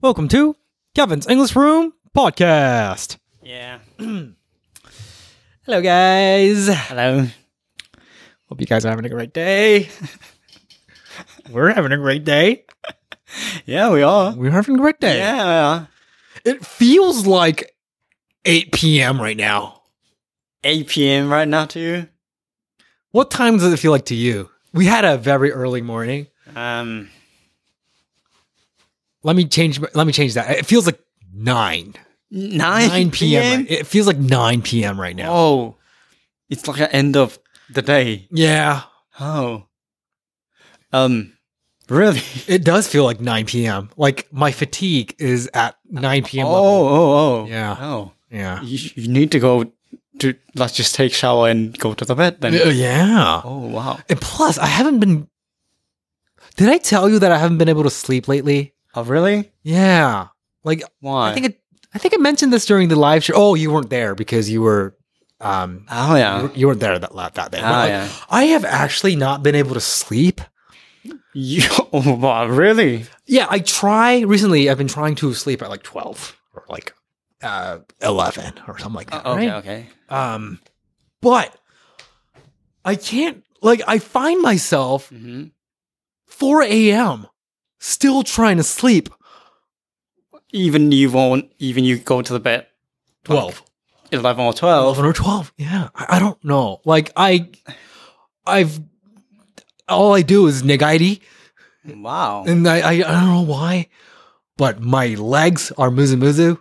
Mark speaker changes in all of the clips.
Speaker 1: Welcome to Kevin's English Room Podcast.
Speaker 2: Yeah.
Speaker 1: Hello, guys.
Speaker 2: Hello.
Speaker 1: Hope you guys are having a great day. We're having a great day.
Speaker 2: Yeah, we are.
Speaker 1: We're having a great day.
Speaker 2: Yeah, we are.
Speaker 1: It feels like 8 p.m. right now.
Speaker 2: 8 p.m. right now to you.
Speaker 1: What time does it feel like to you? We had a very early morning.
Speaker 2: Um,
Speaker 1: Let me change. Let me change that. It feels like nine.
Speaker 2: 9,
Speaker 1: Nine p.m. right- It feels like nine p.m. right now.
Speaker 2: Oh, it's like the end of the day.
Speaker 1: Yeah,
Speaker 2: Oh. Um, really?
Speaker 1: it does feel like nine p.m. Like my fatigue is at nine p.m.
Speaker 2: Oh,
Speaker 1: level.
Speaker 2: oh, oh.
Speaker 1: Yeah.
Speaker 2: Oh.
Speaker 1: Yeah.
Speaker 2: You, you need to go to, let's just take shower and go to the bed then.
Speaker 1: Uh, yeah.
Speaker 2: Oh, wow.
Speaker 1: And plus, I haven't been. Did I tell you that I haven't been able to sleep lately?
Speaker 2: Oh, really?
Speaker 1: Yeah. Like
Speaker 2: Why?
Speaker 1: I think it, I think I mentioned this during the live show. Oh, you weren't there because you were um
Speaker 2: oh,
Speaker 1: you,
Speaker 2: yeah.
Speaker 1: were- you weren't there that la- that day.
Speaker 2: Ah,
Speaker 1: Like,
Speaker 2: yeah.
Speaker 1: I have actually not been able to sleep.
Speaker 2: You, oh, wow, really?
Speaker 1: Yeah, I try recently. I've been trying to sleep at like twelve or like uh eleven or something like that.
Speaker 2: Oh,
Speaker 1: Uh,
Speaker 2: Okay,
Speaker 1: right?
Speaker 2: okay.
Speaker 1: Um, but I can't. Like I find myself
Speaker 2: hmm
Speaker 1: 4 a.m. still trying to sleep.
Speaker 2: Even you won't, even you go to the bed
Speaker 1: 12.
Speaker 2: 11 or 12.
Speaker 1: 11 or 12. Yeah. I, I don't know. Like I I've all I do is negaiti
Speaker 2: Wow.
Speaker 1: and I, I I don't know why, but my legs are muzu muzu.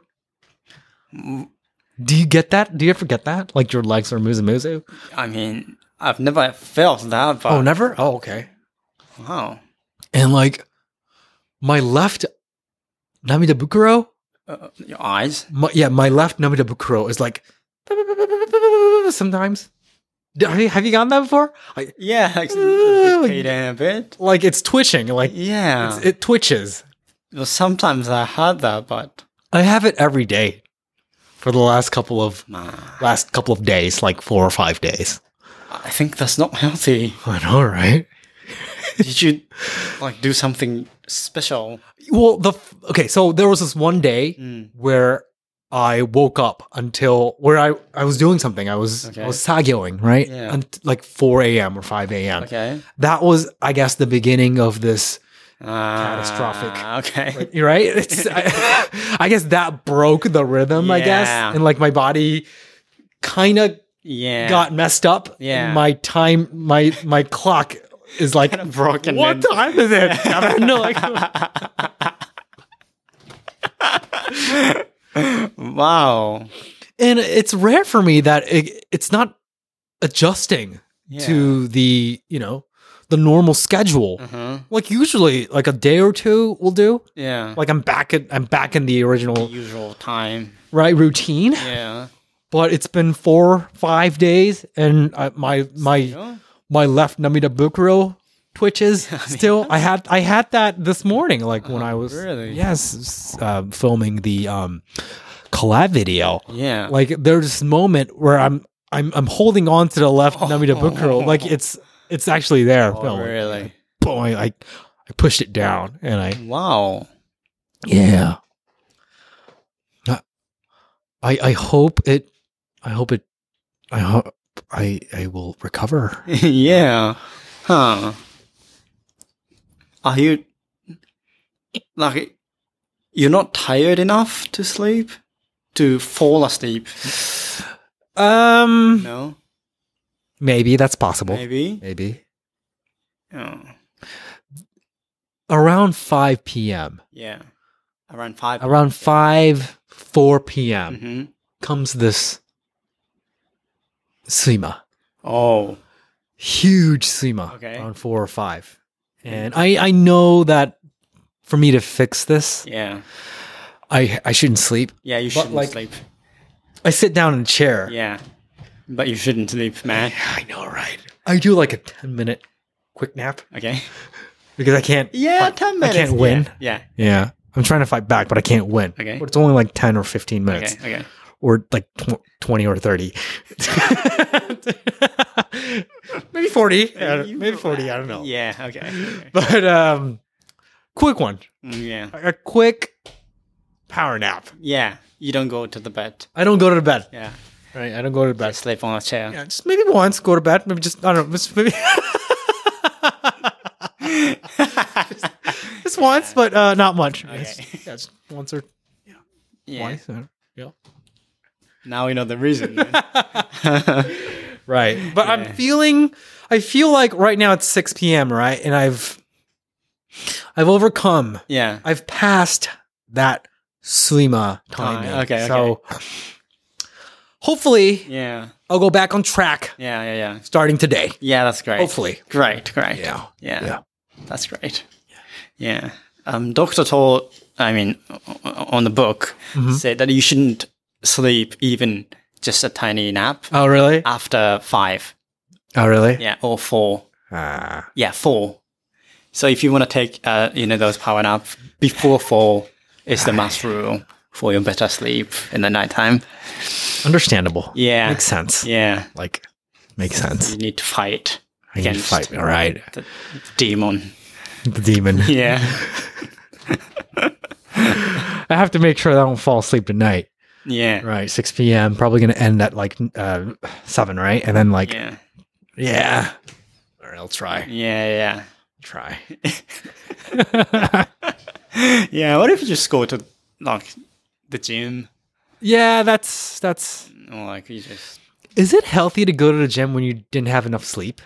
Speaker 1: Do you get that? Do you ever get that? Like your legs are muzu muzu?
Speaker 2: I mean, I've never felt that, but
Speaker 1: Oh, never? Oh, okay.
Speaker 2: wow.
Speaker 1: And like my left Namida Bukuro,
Speaker 2: Uh, your eyes?
Speaker 1: my, yeah, my left Namida Bukuro is like sometimes. Have you, have you gotten that before? Like,
Speaker 2: Yeah, like
Speaker 1: Ooh.
Speaker 2: paid in a bit.
Speaker 1: like it's twitching. Like
Speaker 2: Yeah.
Speaker 1: it's, it twitches.
Speaker 2: Well, sometimes I had that, but
Speaker 1: I have it every day for the last couple of last couple of days, like four or five days.
Speaker 2: I think that's not healthy.
Speaker 1: I know, right?
Speaker 2: Did you like do something special? Mm.
Speaker 1: Well, the f- okay. So there was this one day where I woke up until where I I was doing something. I was
Speaker 2: Okay.
Speaker 1: I was sagyoing right,
Speaker 2: Yeah.
Speaker 1: Unt- like four a.m. or five a.m.
Speaker 2: Okay.
Speaker 1: That was, I guess, the beginning of this.
Speaker 2: Catastrophic. Ah, Okay.
Speaker 1: You're right. It's, I, I guess that broke the rhythm. I guess,
Speaker 2: Yeah.
Speaker 1: and like my body kind of
Speaker 2: yeah.
Speaker 1: got messed up.
Speaker 2: Yeah.
Speaker 1: My time, my my clock is like
Speaker 2: broken.
Speaker 1: what
Speaker 2: and-
Speaker 1: time is it? I don't know. Like,
Speaker 2: Wow.
Speaker 1: and it's rare for me that it, it's not adjusting
Speaker 2: Yeah.
Speaker 1: to the you know the normal schedule.
Speaker 2: Uh-huh.
Speaker 1: Like usually, like a day or two will do.
Speaker 2: Yeah.
Speaker 1: Like I'm back at I'm back in the original
Speaker 2: Usual time.
Speaker 1: right routine,
Speaker 2: Yeah.
Speaker 1: but it's been four five days, and I, my my
Speaker 2: Sure.
Speaker 1: my left Namida Bukuro twitches still. I had I had that this morning, like when I was
Speaker 2: Oh, really?
Speaker 1: yes s- uh, filming the um collab video.
Speaker 2: Yeah.
Speaker 1: Like there's this moment where I'm I'm I'm holding on to the left Namida Bukuro, like it's it's actually there.
Speaker 2: Oh,
Speaker 1: filming.
Speaker 2: really?
Speaker 1: Boom! I, I I pushed it down and I
Speaker 2: Wow.
Speaker 1: yeah. I I hope it. I hope it. I hope I I will recover.
Speaker 2: yeah. Huh. Are you like you're not tired enough to sleep? To fall asleep?
Speaker 1: Um,
Speaker 2: No?
Speaker 1: maybe that's possible.
Speaker 2: Maybe?
Speaker 1: maybe
Speaker 2: Oh,
Speaker 1: around 5 p.m
Speaker 2: yeah. Around five.
Speaker 1: around 5 4 p.m
Speaker 2: hmm
Speaker 1: comes this suima
Speaker 2: Oh.
Speaker 1: huge suima
Speaker 2: Okay. Mm-hmm.
Speaker 1: around 4 or 5 and i i know that for me to fix this
Speaker 2: Yeah.
Speaker 1: i i shouldn't sleep
Speaker 2: Yeah, you shouldn't
Speaker 1: like-
Speaker 2: sleep.
Speaker 1: i sit down in a chair
Speaker 2: Yeah. But you shouldn't sleep, man.
Speaker 1: i know right i do like a 10 minute quick nap
Speaker 2: Okay.
Speaker 1: because i can't
Speaker 2: Yeah, ten
Speaker 1: I
Speaker 2: minutes.
Speaker 1: can't
Speaker 2: yeah.
Speaker 1: win.
Speaker 2: Yeah.
Speaker 1: yeah i'm trying to fight back but i can't win
Speaker 2: Okay.
Speaker 1: but it's only like 10 or 15 minutes
Speaker 2: Okay. Okay.
Speaker 1: or like tw- 20 or 30 maybe 40 I don't- maybe 40 i don't know
Speaker 2: Yeah. Okay. okay.
Speaker 1: but um quick one
Speaker 2: Mm, Yeah.
Speaker 1: a quick power nap.
Speaker 2: Yeah, you don't go to the bed.
Speaker 1: I don't go to bed.
Speaker 2: Yeah,
Speaker 1: Right, I don't go to
Speaker 2: I
Speaker 1: bed.
Speaker 2: sleep on a chair.
Speaker 1: Yeah, just maybe once go to bed. Maybe just I don't know. Just maybe just once, but uh, not much.
Speaker 2: Okay.
Speaker 1: Yes, yes, once or
Speaker 2: Yeah.
Speaker 1: twice. uh, Yeah.
Speaker 2: Now we know the reason. then.
Speaker 1: Right, but
Speaker 2: Yeah.
Speaker 1: I'm feeling. I feel like right now it's six p.m. Right, and I've I've overcome.
Speaker 2: yeah.
Speaker 1: I've passed that Slima time.
Speaker 2: Time,
Speaker 1: now.
Speaker 2: okay,
Speaker 1: So hopefully
Speaker 2: Yeah.
Speaker 1: I'll go back on track
Speaker 2: Yeah. Yeah. Yeah.
Speaker 1: starting today.
Speaker 2: Yeah. That's great.
Speaker 1: Hopefully.
Speaker 2: Great. Great.
Speaker 1: Yeah.
Speaker 2: Yeah.
Speaker 1: Yeah.
Speaker 2: That's great. Yeah. Um, Dr. Toll, I mean, o- o- on the book,
Speaker 1: Mm-hmm.
Speaker 2: said that you shouldn't sleep even just a tiny nap
Speaker 1: Oh really?
Speaker 2: after five.
Speaker 1: Oh really?
Speaker 2: Yeah. Or four.
Speaker 1: Ah.
Speaker 2: Yeah. Four. So if you want to take, uh, you know, those power nap before four is the must rule for your better sleep in the nighttime.
Speaker 1: Understandable.
Speaker 2: Yeah.
Speaker 1: Makes sense.
Speaker 2: Yeah.
Speaker 1: Like makes sense.
Speaker 2: You need to fight
Speaker 1: I can
Speaker 2: Against-
Speaker 1: fight. All right.
Speaker 2: the demon.
Speaker 1: The demon.
Speaker 2: Yeah.
Speaker 1: I have to make sure that I don't fall asleep tonight.
Speaker 2: Yeah.
Speaker 1: Right. 6 p.m. Probably going to end at like uh, 7, right? And then like, yeah.
Speaker 2: Yeah.
Speaker 1: All right. I'll try.
Speaker 2: Yeah.
Speaker 1: Try.
Speaker 2: Yeah. Yeah. What if you just go to like the gym
Speaker 1: yeah. That's, that's,
Speaker 2: or like you just
Speaker 1: is it healthy to go to the gym when you didn't have enough sleep?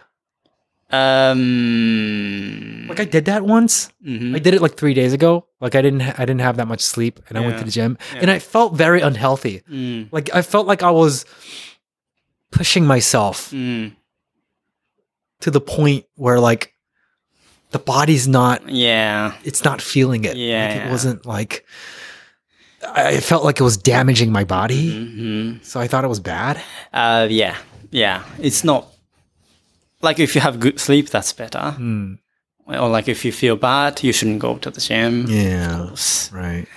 Speaker 2: um
Speaker 1: Like I did that once.
Speaker 2: mhm.
Speaker 1: I did it like three days ago. Like I didn't, I didn't have that much sleep and I went
Speaker 2: Yeah.
Speaker 1: to the gym
Speaker 2: Yeah.
Speaker 1: and I felt very unhealthy.
Speaker 2: Mm,
Speaker 1: Like I felt like I was pushing myself
Speaker 2: mm.
Speaker 1: to the point where like the body's not
Speaker 2: Yeah.
Speaker 1: it's not feeling it Like,
Speaker 2: Yeah.
Speaker 1: it wasn't like i I felt like it was damaging my body
Speaker 2: hmm
Speaker 1: so i thought it was bad
Speaker 2: Uh yeah. Yeah. It's not like if you have good sleep that's better.
Speaker 1: Mm-hmm.
Speaker 2: Or like if you feel bad, you shouldn't go to the gym.
Speaker 1: yeah
Speaker 2: S-
Speaker 1: right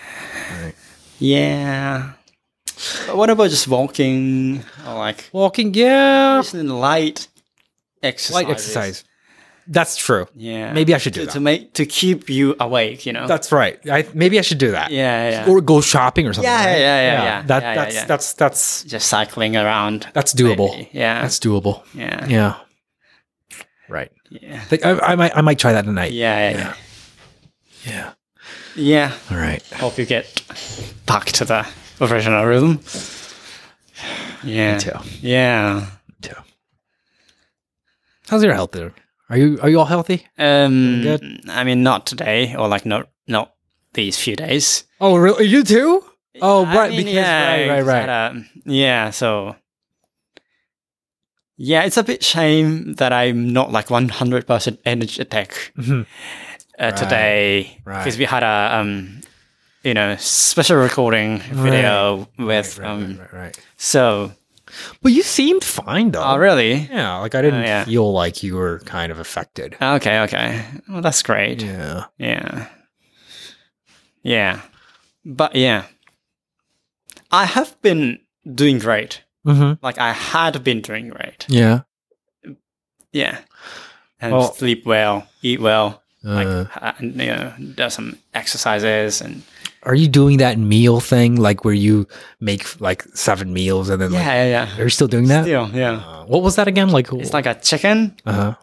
Speaker 1: right
Speaker 2: Yeah. But what about just walking or like
Speaker 1: walking yeah
Speaker 2: just in light exercise?
Speaker 1: light exercise that's true
Speaker 2: Yeah.
Speaker 1: maybe i should do
Speaker 2: to, to
Speaker 1: that
Speaker 2: make to keep you awake, you know.
Speaker 1: that's right I, maybe i should do that
Speaker 2: yeah, yeah.
Speaker 1: or go shopping or something
Speaker 2: Yeah,
Speaker 1: right?
Speaker 2: yeah, yeah, yeah.
Speaker 1: that
Speaker 2: Yeah, yeah,
Speaker 1: that's,
Speaker 2: yeah.
Speaker 1: that's that's
Speaker 2: just cycling around.
Speaker 1: that's doable
Speaker 2: maybe. Yeah.
Speaker 1: that's doable
Speaker 2: yeah.
Speaker 1: yeah
Speaker 2: Yeah.
Speaker 1: right
Speaker 2: Yeah.
Speaker 1: like I, I might i might try that tonight
Speaker 2: Yeah. Yeah.
Speaker 1: yeah
Speaker 2: yeah.
Speaker 1: all right
Speaker 2: Hope you get back to the original rhythm. Yeah.
Speaker 1: too.
Speaker 2: Yeah.
Speaker 1: too. How's your health there? Are you are you all healthy?
Speaker 2: Um
Speaker 1: Good.
Speaker 2: I mean not today or like not not these few days.
Speaker 1: Oh, really? You too? Oh,
Speaker 2: I
Speaker 1: right,
Speaker 2: mean,
Speaker 1: because right, right,
Speaker 2: it's
Speaker 1: right.
Speaker 2: had a- yeah, so yeah, it's a bit shame that I'm not like 100 percent energetic
Speaker 1: Mhm.
Speaker 2: uh, today
Speaker 1: Right, right.
Speaker 2: because we had a um, you know, special recording video with
Speaker 1: Right, right,
Speaker 2: um.
Speaker 1: right, right.
Speaker 2: So,
Speaker 1: But you seemed fine though.
Speaker 2: oh really?
Speaker 1: Yeah, like I didn't
Speaker 2: Oh, yeah.
Speaker 1: feel like you were kind of affected.
Speaker 2: Okay, okay. Well, that's great. Yeah.
Speaker 1: Yeah.
Speaker 2: yeah, but yeah, I have been doing great.
Speaker 1: Mm-hmm.
Speaker 2: Like I had been doing great.
Speaker 1: Yeah.
Speaker 2: Yeah. And
Speaker 1: Well-
Speaker 2: sleep well, eat well, like
Speaker 1: Uh,
Speaker 2: ha- and, you know, do some exercises and
Speaker 1: are you doing that meal thing, like where you make like seven meals and then
Speaker 2: yeah,
Speaker 1: like
Speaker 2: yeah,
Speaker 1: are you still doing
Speaker 2: yeah.
Speaker 1: that?
Speaker 2: Still, yeah.
Speaker 1: Uh, what was that again? Like
Speaker 2: It's like a chicken
Speaker 1: uh-huh.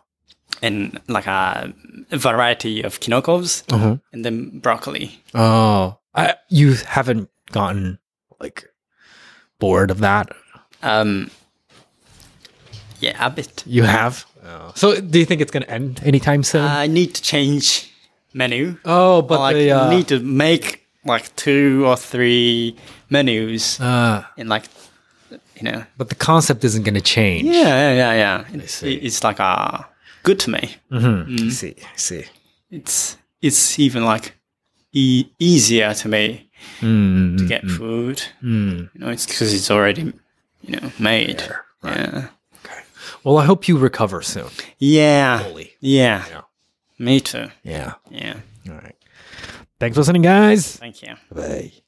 Speaker 2: and like a variety of kinokos
Speaker 1: Uh-huh.
Speaker 2: and then broccoli.
Speaker 1: Oh, I, you haven't gotten like bored of that
Speaker 2: Um, yeah, a bit.
Speaker 1: You have. Oh. So, do you think it's going to end anytime soon?
Speaker 2: I need to change menu.
Speaker 1: oh, but
Speaker 2: Uh, like
Speaker 1: the uh,
Speaker 2: need to make like two or three menus
Speaker 1: uh,
Speaker 2: in like you know.
Speaker 1: but the concept isn't going to change.
Speaker 2: Yeah, yeah, yeah, yeah. It's,
Speaker 1: see.
Speaker 2: it's like a good to me.
Speaker 1: Mm-hmm. I see. I see.
Speaker 2: it's it's even like e- easier to me
Speaker 1: Mm,
Speaker 2: to get food.
Speaker 1: mm.
Speaker 2: You know, it's because it's already you know made. Yeah,
Speaker 1: Okay. Well, I hope you recover soon.
Speaker 2: yeah,
Speaker 1: Fully.
Speaker 2: yeah.
Speaker 1: Yeah.
Speaker 2: Me too.
Speaker 1: Yeah.
Speaker 2: Yeah.
Speaker 1: All right. Thanks for listening, guys.
Speaker 2: Thank you.
Speaker 1: Bye.